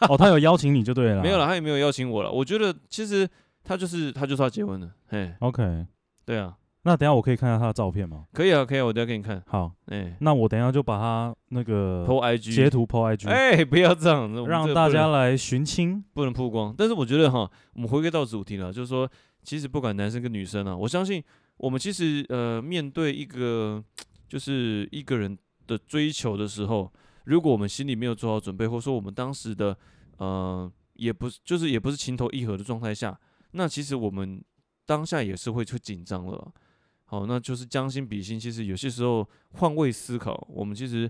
Speaker 1: 哦，他有邀请你就对了。 啊
Speaker 2: 没有啦，他也没有邀请我了。我觉得其实他就是他就是要结婚了，嘿，
Speaker 1: OK，
Speaker 2: 对啊，
Speaker 1: 那等一下我可以看一下他的照片吗？
Speaker 2: 可以啊可以啊，我等一下给你看，
Speaker 1: 好，
Speaker 2: 哎、
Speaker 1: 那我等一下就把他那
Speaker 2: 欸，
Speaker 1: 个
Speaker 2: 偷 IG
Speaker 1: 截图 PO IG，、
Speaker 2: 哎、不要这样，我们这
Speaker 1: 让
Speaker 2: 个
Speaker 1: 大
Speaker 2: 不能
Speaker 1: 家来寻亲。
Speaker 2: 不能曝光。但是我觉得哈，我们回归到主题了，就是说，其实不管男生跟女生啊，我相信我们其实呃，面对一个就是一个人的追求的时候，如果我们心里没有做好准备，或者说我们当时的呃，也不是就是也不是情投意合的状态下，那其实我们当下也是会会紧张了啦。好，那就是将心比心，其实有些时候换位思考，我们其实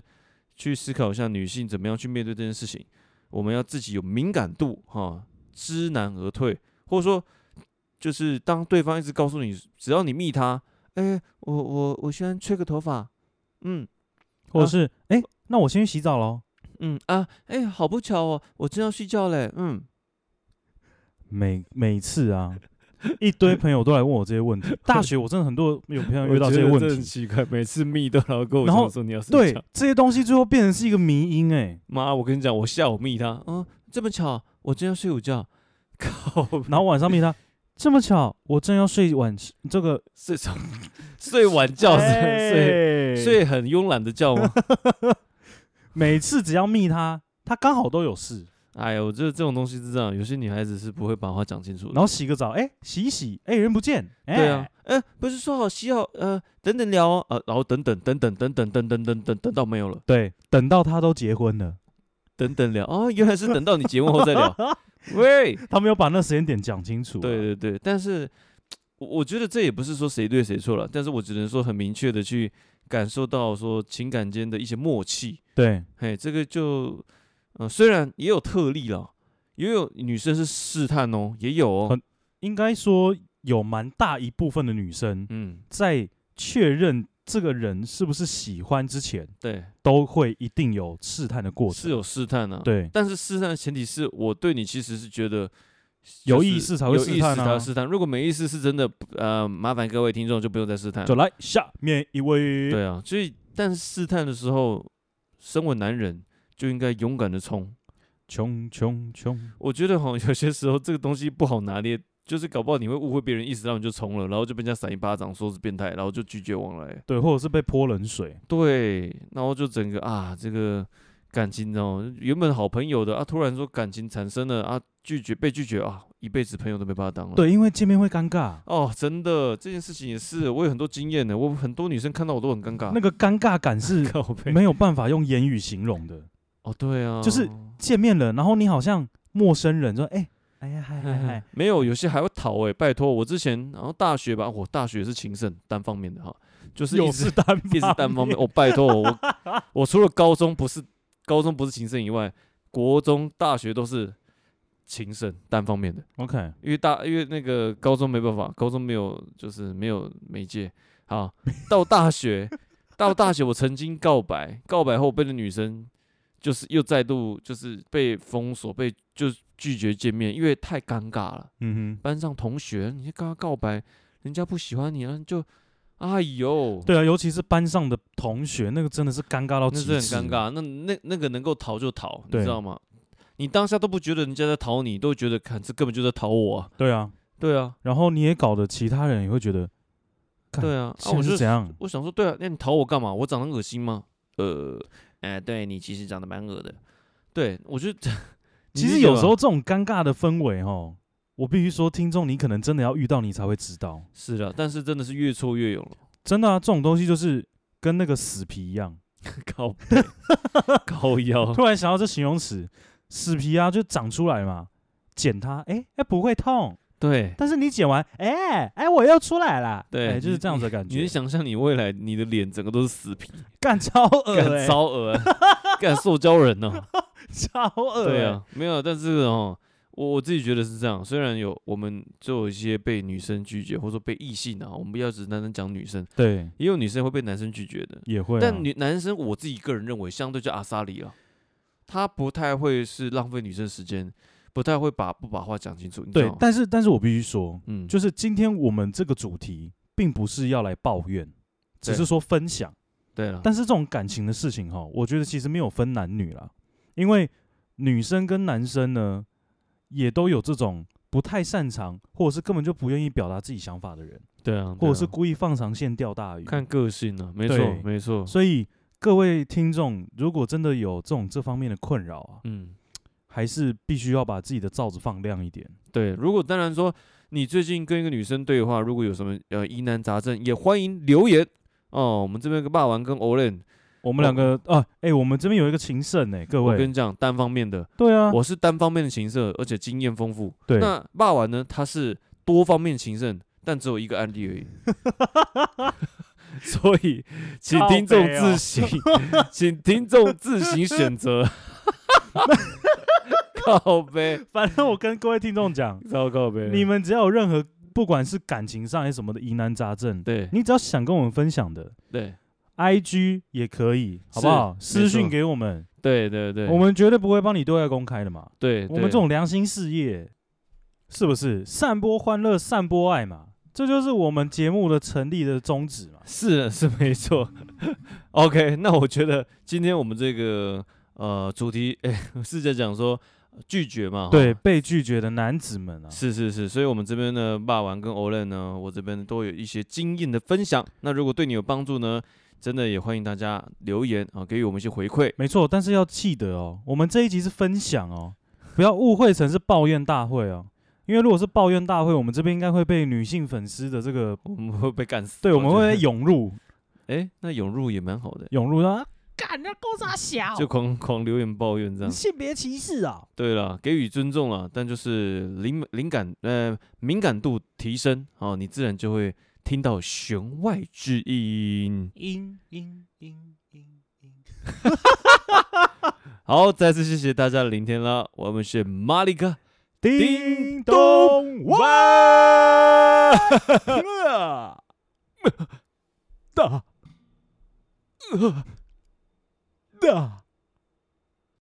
Speaker 2: 去思考一下女性怎么样去面对这件事情，我们要自己有敏感度哈，知难而退，或者说就是当对方一直告诉你，只要你密他，哎、我我我先吹个头发，嗯
Speaker 1: 或
Speaker 2: 啊
Speaker 1: 者是哎、那我先去洗澡喽。
Speaker 2: 嗯啊，哎、好不巧哦，我正要睡觉嘞，嗯，
Speaker 1: 每每次 啊，一堆朋友都来问我这些问题。大学我真的很多有朋友遇到这些问
Speaker 2: 很
Speaker 1: 题，
Speaker 2: 奇怪，每次密都然后跟我
Speaker 1: 然后
Speaker 2: 讲嗯说你要睡觉，
Speaker 1: 对这些东西最后变成是一个迷因哎、
Speaker 2: 妈，我跟你讲，我下午密他，嗯，这么巧，我正要睡午觉，靠，
Speaker 1: 然后晚上密他，这么巧，我正要睡晚这个哎
Speaker 2: 睡从睡晚觉是睡
Speaker 1: 睡
Speaker 2: 睡很慵懒的觉吗？
Speaker 1: 每次只要密他，他刚好都有事，
Speaker 2: 哎呦，这这种东西是这样，有些女孩子是不会把话讲清楚的
Speaker 1: 然。后洗个澡，哎、洗一洗，哎、人不见，哎、
Speaker 2: 对啊，，哎、不是说好洗好，呃，等等聊哦，呃，然后等等等等等等等等等等等到没有了，
Speaker 1: 对，等到他都结婚了，
Speaker 2: 等等聊哦，原来是等到你结婚后再聊。喂，
Speaker 1: 他没有把那时间点讲清楚、啊
Speaker 2: 对，对对，但是我我觉得这也不是说谁对谁错了，但是我只能说很明确的去感受到说情感间的一些默契。
Speaker 1: 对，
Speaker 2: 嘿，这个就，呃，虽然也有特例啦，也有女生是试探哦，也有哦
Speaker 1: 很，应该说有蛮大一部分的女生
Speaker 2: 嗯，
Speaker 1: 在确认这个人是不是喜欢之前，
Speaker 2: 对，
Speaker 1: 都会一定有试探的过
Speaker 2: 是
Speaker 1: 程，
Speaker 2: 有试探啊，，
Speaker 1: 对，
Speaker 2: 但是试探的前提是我对你其实是觉得
Speaker 1: 有
Speaker 2: 就是
Speaker 1: 意思才会
Speaker 2: 有
Speaker 1: 试
Speaker 2: 意
Speaker 1: 探
Speaker 2: 思
Speaker 1: 啊
Speaker 2: 才会试探。如果没意思，是真的，呃，麻烦各位听众就不用再试探
Speaker 1: 就。来下面一
Speaker 2: 嗯
Speaker 1: 位，
Speaker 2: 对啊，所以但是试探的时候，身为男人就应该勇敢的冲。
Speaker 1: 穷穷穷，
Speaker 2: 我觉得哈，有些时候这个东西不好拿捏，就是搞不好你会误会别人意思，然后你就冲了，然后就被人家扇一巴掌，说是变态，然后就拒绝往来。
Speaker 1: 对，或者是被泼冷水，
Speaker 2: 对，然后就整个啊，这个感情哦，原本好朋友的啊，突然说感情产生了啊，拒绝被拒绝啊，一辈子朋友都没把他当了。
Speaker 1: 对，因为见面会尴尬，
Speaker 2: 哦，真的这件事情也是，我有很多经验的，我很多女生看到我都很尴尬。
Speaker 1: 那个尴尬感是
Speaker 2: 靠背
Speaker 1: 没有办法用言语形容的。
Speaker 2: 哦，对啊，
Speaker 1: 就是见面了，然后你好像陌生人说，哎、 哎呀，嗨嗨嗨，
Speaker 2: 没有，有些还会逃哎、拜托，我之前然后大学吧，我大学是情圣单方面的哈，就是一
Speaker 1: 又
Speaker 2: 直
Speaker 1: 是单
Speaker 2: 一直单方面，我、拜托 我，我除了高中不是高中不是情圣以外，国中、大学都是情圣单方面的，
Speaker 1: OK，
Speaker 2: 因为大因为那个高中没办法，高中没有就是没有媒介，好，到大 学到大学我曾经告白，告白后被那女生就是又再度就是被封锁，被就是拒绝见面，因为太尴尬了。
Speaker 1: 嗯
Speaker 2: 班上同学，你跟他告白，人家不喜欢你，然后就，哎呦，
Speaker 1: 哼，，对啊，尤其是班上的同学，那个真的是尴尬
Speaker 2: 那
Speaker 1: 到极
Speaker 2: 是
Speaker 1: 致，
Speaker 2: 很尴。尬。那那那个能够逃就逃，你
Speaker 1: 对
Speaker 2: 知道吗？你当下都不觉得人家在逃你，都觉得看这根本就在逃我、啊。
Speaker 1: 对啊，
Speaker 2: 对啊，
Speaker 1: 然后你也搞得其他人也会觉得，干
Speaker 2: 对啊，啊，
Speaker 1: 现
Speaker 2: 我
Speaker 1: 在
Speaker 2: 就是
Speaker 1: 怎样？
Speaker 2: 我想说，对啊，那你逃我干嘛？我长得很恶心吗？呃，哎、对你其实长得蛮恶的。对，我 觉得你
Speaker 1: 其
Speaker 2: 理
Speaker 1: 实
Speaker 2: 解
Speaker 1: 有
Speaker 2: 吧
Speaker 1: 时候这种尴尬的氛围，哦，我必须说，听众你可能真的要遇到你才会知道，
Speaker 2: 是的，但是真的是越挫越勇 了。
Speaker 1: 真的啊，这种东西就是跟那个死皮一样。
Speaker 2: 高 高腰，
Speaker 1: 突然想到这形容词，死皮啊，就长出来嘛，剪它，哎、哎、不会痛，
Speaker 2: 对，
Speaker 1: 但是你剪完，哎、哎、我又出来了，
Speaker 2: 对
Speaker 1: 哎就是
Speaker 2: 你
Speaker 1: 这样子的感
Speaker 2: 你
Speaker 1: 觉
Speaker 2: 是，想象你未来你的脸整个都是死皮，
Speaker 1: 干超恶、
Speaker 2: 干
Speaker 1: 欸，
Speaker 2: 烧鹅啊， 干塑胶人 哦。
Speaker 1: 超恶、
Speaker 2: 对
Speaker 1: 欸，
Speaker 2: 啊，没有，但是哦，我我自己觉得是这样。虽然有我们就有一些被女生拒绝，或者说被异性啊，我们不要只单单讲女生，
Speaker 1: 对，
Speaker 2: 也有女生会被男生拒绝的。
Speaker 1: 也会、啊，
Speaker 2: 但女男生，我自己个人认为，相对就阿萨里啊，他不太会是浪费女生时间，不太会把不把话讲清楚。你知道
Speaker 1: 对
Speaker 2: 吗，
Speaker 1: 但是但是我必须说，
Speaker 2: 嗯，
Speaker 1: 就是今天我们这个主题并不是要来抱怨，只
Speaker 2: 对
Speaker 1: 是说分享。
Speaker 2: 对了，
Speaker 1: 但是这种感情的事情哈，我觉得其实没有分男女啦，因为女生跟男生呢，也都有这种不太擅长，或者是根本就不愿意表达自己想法的人，
Speaker 2: 对啊，对
Speaker 1: 或者是
Speaker 2: 啊
Speaker 1: 故意放长线钓大鱼。
Speaker 2: 看个性啊，没错
Speaker 1: 对，
Speaker 2: 没错，
Speaker 1: 所以各位听众，如果真的有这种这方面的困扰啊，
Speaker 2: 嗯，
Speaker 1: 还是必须要把自己的罩子放亮一点。
Speaker 2: 对，如果当然说你最近跟一个女生对话，如果有什么呃疑难杂症，也欢迎留言哦。我们这边有个霸王跟 Olen，
Speaker 1: 我们两个啊，哎、我们这边有一个情圣哎、各
Speaker 2: 我
Speaker 1: 位
Speaker 2: 跟，你讲，单方面的，
Speaker 1: 对啊，
Speaker 2: 我是单方面的情色，而且经验丰富。
Speaker 1: 对，
Speaker 2: 那霸王呢，他是多方面情圣，但只有一个案例而已。所以，请
Speaker 1: 靠
Speaker 2: 听众
Speaker 1: 北哦
Speaker 2: 自行， 请听众自行选择。 靠呗，
Speaker 1: 反正我跟各位听 众讲，
Speaker 2: 糟糕呗，
Speaker 1: 你们只要有任何不管是感情上还是什么的疑难杂症，
Speaker 2: 对
Speaker 1: 你只要想跟我们分享的
Speaker 2: 对
Speaker 1: ，IG 也可以，好
Speaker 2: 是
Speaker 1: 不好？
Speaker 2: 没
Speaker 1: 私
Speaker 2: 错
Speaker 1: 讯给我们，
Speaker 2: 对对对，
Speaker 1: 我们绝对不会帮你对外公开的嘛。
Speaker 2: 对
Speaker 1: 我们这种良心事业，是不是散播欢乐、散播爱嘛？这就是我们节目的成立的宗旨嘛。
Speaker 2: 是的是没错。OK，那我觉得今天我们这个呃主题，哎、 是在讲说拒绝嘛？哈
Speaker 1: 对，，被拒绝的男子们啊，
Speaker 2: 是是是，所以我们这边呢，霸王跟 Olen 呢，我这边都有一些经验的分享。那如果对你有帮助呢，真的也欢迎大家留言啊，给予我们一些回馈。
Speaker 1: 没错。但是要记得哦，我们这一集是分享哦，不要误会成是抱怨大会哦。因为如果是抱怨大会，我们这边应该会被女性粉丝的这个，
Speaker 2: 我们会被干死，
Speaker 1: 对，我们会
Speaker 2: 觉
Speaker 1: 被
Speaker 2: 得
Speaker 1: 涌入
Speaker 2: 哎，那涌入也蛮好的，
Speaker 1: 涌入啊，
Speaker 3: 干那够啥小
Speaker 2: 就狂狂留言抱怨这样。
Speaker 1: 性别歧视啊。
Speaker 2: 对了，给予尊重了，但就是灵灵感呃敏感度提升哦，你自然就会听到弦外之音。
Speaker 3: 音音音音音。
Speaker 2: 好，再次谢谢大家的聆听啦，我们是马里克，
Speaker 1: 叮
Speaker 2: 咚
Speaker 1: 咚，
Speaker 2: 哇，
Speaker 1: 哇！
Speaker 2: 大
Speaker 1: 呃的。